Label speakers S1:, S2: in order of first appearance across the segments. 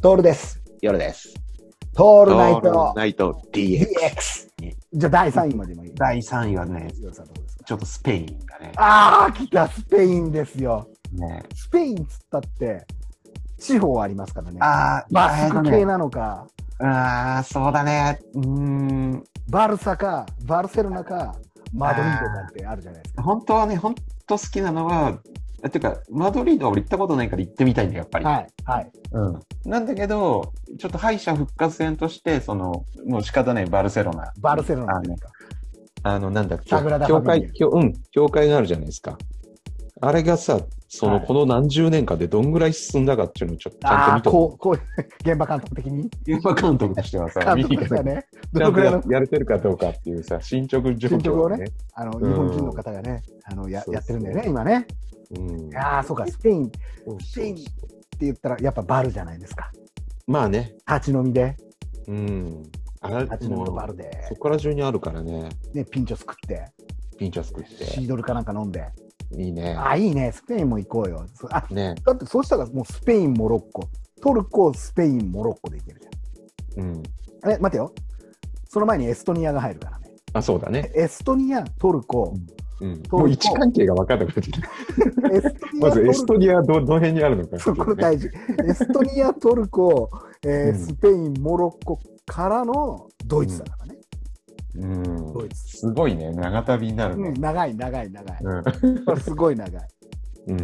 S1: トールです。
S2: 夜です。
S1: ト
S2: オ
S1: ールナイト
S2: ナイト DX。
S1: DX。じゃあ第3位までもいい。
S2: 第3位はね、
S1: 強さどうですか
S2: ちょっとスペインだね。
S1: ああ、来た、スペインですよ。
S2: ね
S1: スペインっつったって、地方ありますからね。
S2: あー、
S1: バス
S2: えーと
S1: ク
S2: ね
S1: 系なのか、
S2: あー、そうだね。うーん。
S1: バルサか、バルセロナか、マドリードかってあるじゃないですか。
S2: 本当はね、本当好きなのは、ていうか、マドリードは俺行ったことないから行ってみたいんだよ、やっぱり。
S1: はい、はい。
S2: うん。なんだけど、ちょっと敗者復活戦として、その、もう仕方ないバルセロナ。
S1: バルセロナ
S2: あ
S1: です
S2: の、
S1: か。
S2: あのなんだっけ
S1: サグラダ
S3: 教
S1: ファミ
S3: 会、教うん、教会があるじゃないですか。あれがさ、その、
S1: はい
S3: この何十年間でどんぐらい進んだかっていうのをちょっとち
S1: あ
S3: ゃ
S1: あ
S3: ん
S1: ー、
S3: と見と
S1: こう、こう、現場監督的に、
S2: 現場監督として はさ、
S1: 監
S2: 見に
S1: 督
S2: 行
S1: し
S2: か
S1: た
S2: なきゃ
S1: ね、ど
S3: ちゃ
S1: の
S3: んと
S1: くらい
S3: や
S1: の、
S3: やれてるかどうかっていうさ、進捗状
S1: 進捗を
S3: 況
S1: ね
S3: ね。
S1: あの、日
S3: うん
S1: 本人の方がね、あの、や
S3: そうそう
S1: やってるんだよね、今ね。
S3: うん
S1: ああ、そうか、スペインって
S3: そう
S1: ス
S3: そ
S1: ペイ
S3: う
S1: ン言ったら、やっぱバルじゃないですか。
S3: まあね、
S1: 立ち飲みで、
S3: うん。あ
S1: 立ち飲み
S3: も
S1: のバ
S3: う
S1: ルで、
S3: そこら中にあるからね、
S1: ね、ピンチョス食って、
S3: ピンチャスクっ
S1: シ
S3: て。
S1: ードルかなんか飲んで、
S3: いいね。
S1: あ、いいね、スペインも行こうよ。そあ
S3: ね。
S1: だってそうしたらもうスペイン、モロッコ、トルコ、スペイン、モロッコで行けるじ
S3: うん。
S1: ゃん。え、待てよ。その前にエストニアが入るからね。
S3: あ、そうだね。
S1: エストニア、トルコ、
S3: うん。
S1: こ
S3: もう位置関係が分かんなくなってきた。
S1: エストニ
S3: ま
S1: ア、
S3: ずエス
S1: ト
S3: ト
S1: ル
S3: ニアはど、どの辺にあるのか
S1: コ、
S3: って
S1: そ
S3: いうね。
S1: こ大事。エストニア、トルコ、えー
S3: うん
S1: スペイン、モロッコからのドイツだからね。
S3: うん
S1: ドイ。ツ
S3: すごいね、長旅になる
S1: うん、
S3: ね。
S1: 長い、長い、長い。
S3: うん。
S1: これすごい長い。
S3: うん。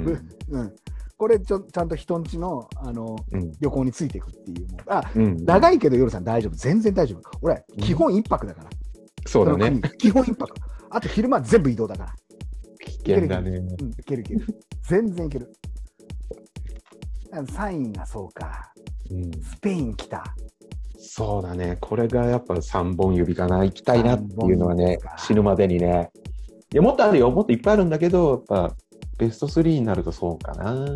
S1: うん、これちょちゃんと人んちのあの
S3: うん。
S1: 旅行についていくっていうもうあ
S3: うん
S1: 長いけど夜さん大丈夫全然大丈夫俺
S3: ん
S1: 基本一泊だから、
S3: そうだ
S1: の国
S3: ね。
S1: 基本一泊あと昼間全部移動だから、
S3: 危険だね。
S1: うん、いけるいける全然いけるあサインがそうか
S3: うん、
S1: スペイン来た
S3: そうだね。これがやっぱ3本指かな。行きたいなっていうのは
S1: 三
S3: ね
S1: 本指か、
S3: 死ぬまでにね。いや、もっとあるよ。もっといっぱいあるんだけど、やっぱ、ベスト3になるとそうかな。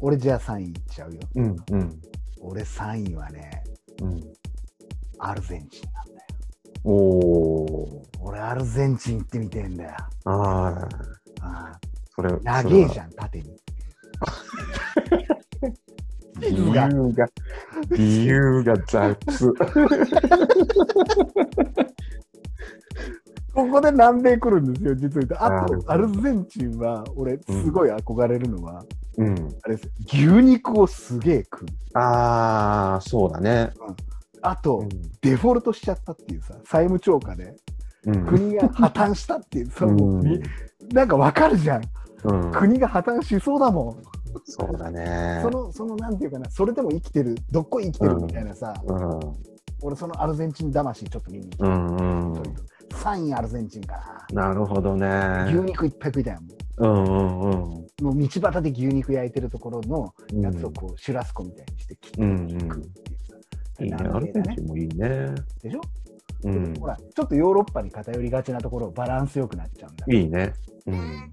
S1: 俺じゃあサインいっちゃうよ
S3: うん、うん、
S1: 俺サインはね
S3: うん。
S1: アルゼンチンなんだよ
S3: おー。
S1: 俺アルゼンチン行ってみてえんだよ
S3: ああ、
S1: あ
S3: それ。
S1: あ長え
S3: そ
S1: じゃん縦 に
S3: れは理由が、理由が 雑。
S1: ここで南米来るんですよ、実は言うと。あ
S3: なるほ
S1: と、
S3: ど
S1: アルゼンチンは、俺、すごい憧れるのは、
S3: うん。
S1: あれです牛肉をすげえ食う。
S3: ああ、そうだね。
S1: あと、デフォルトしちゃったっていうさ、債務超過で、
S3: うん。
S1: 国が破綻したっていう、 さ、もう
S3: うん
S1: みなんかわかるじゃん。
S3: うん、
S1: 国が破綻しそうだもん。
S3: そうだね
S1: そ。の、その、なんていうかな、それでも生きてる、どっこい生きてるみたいなさ、
S3: うん、
S1: 俺、そのアルゼンチン魂ちょっと見に行き
S3: うん、うん
S1: たい。サインアルゼンチンか
S3: なるほどね。
S1: な。牛肉いっぱい食いたいもん。
S3: うんうんうん。
S1: もう道端で牛肉焼いてるところの、
S3: うん
S1: やつをこうシュラスコみたいにして切って
S3: うんうん
S1: 食うっていうさ、
S3: いいね。ア
S1: 南
S3: ル
S1: 米
S3: ゼ
S1: だ
S3: ン
S1: ね
S3: チンもいいね。
S1: でしょ、
S3: うん
S1: ほ。らちょっとヨーロッパに偏りがちなところをバランスよくなっちゃうんだ
S3: いいね。うん。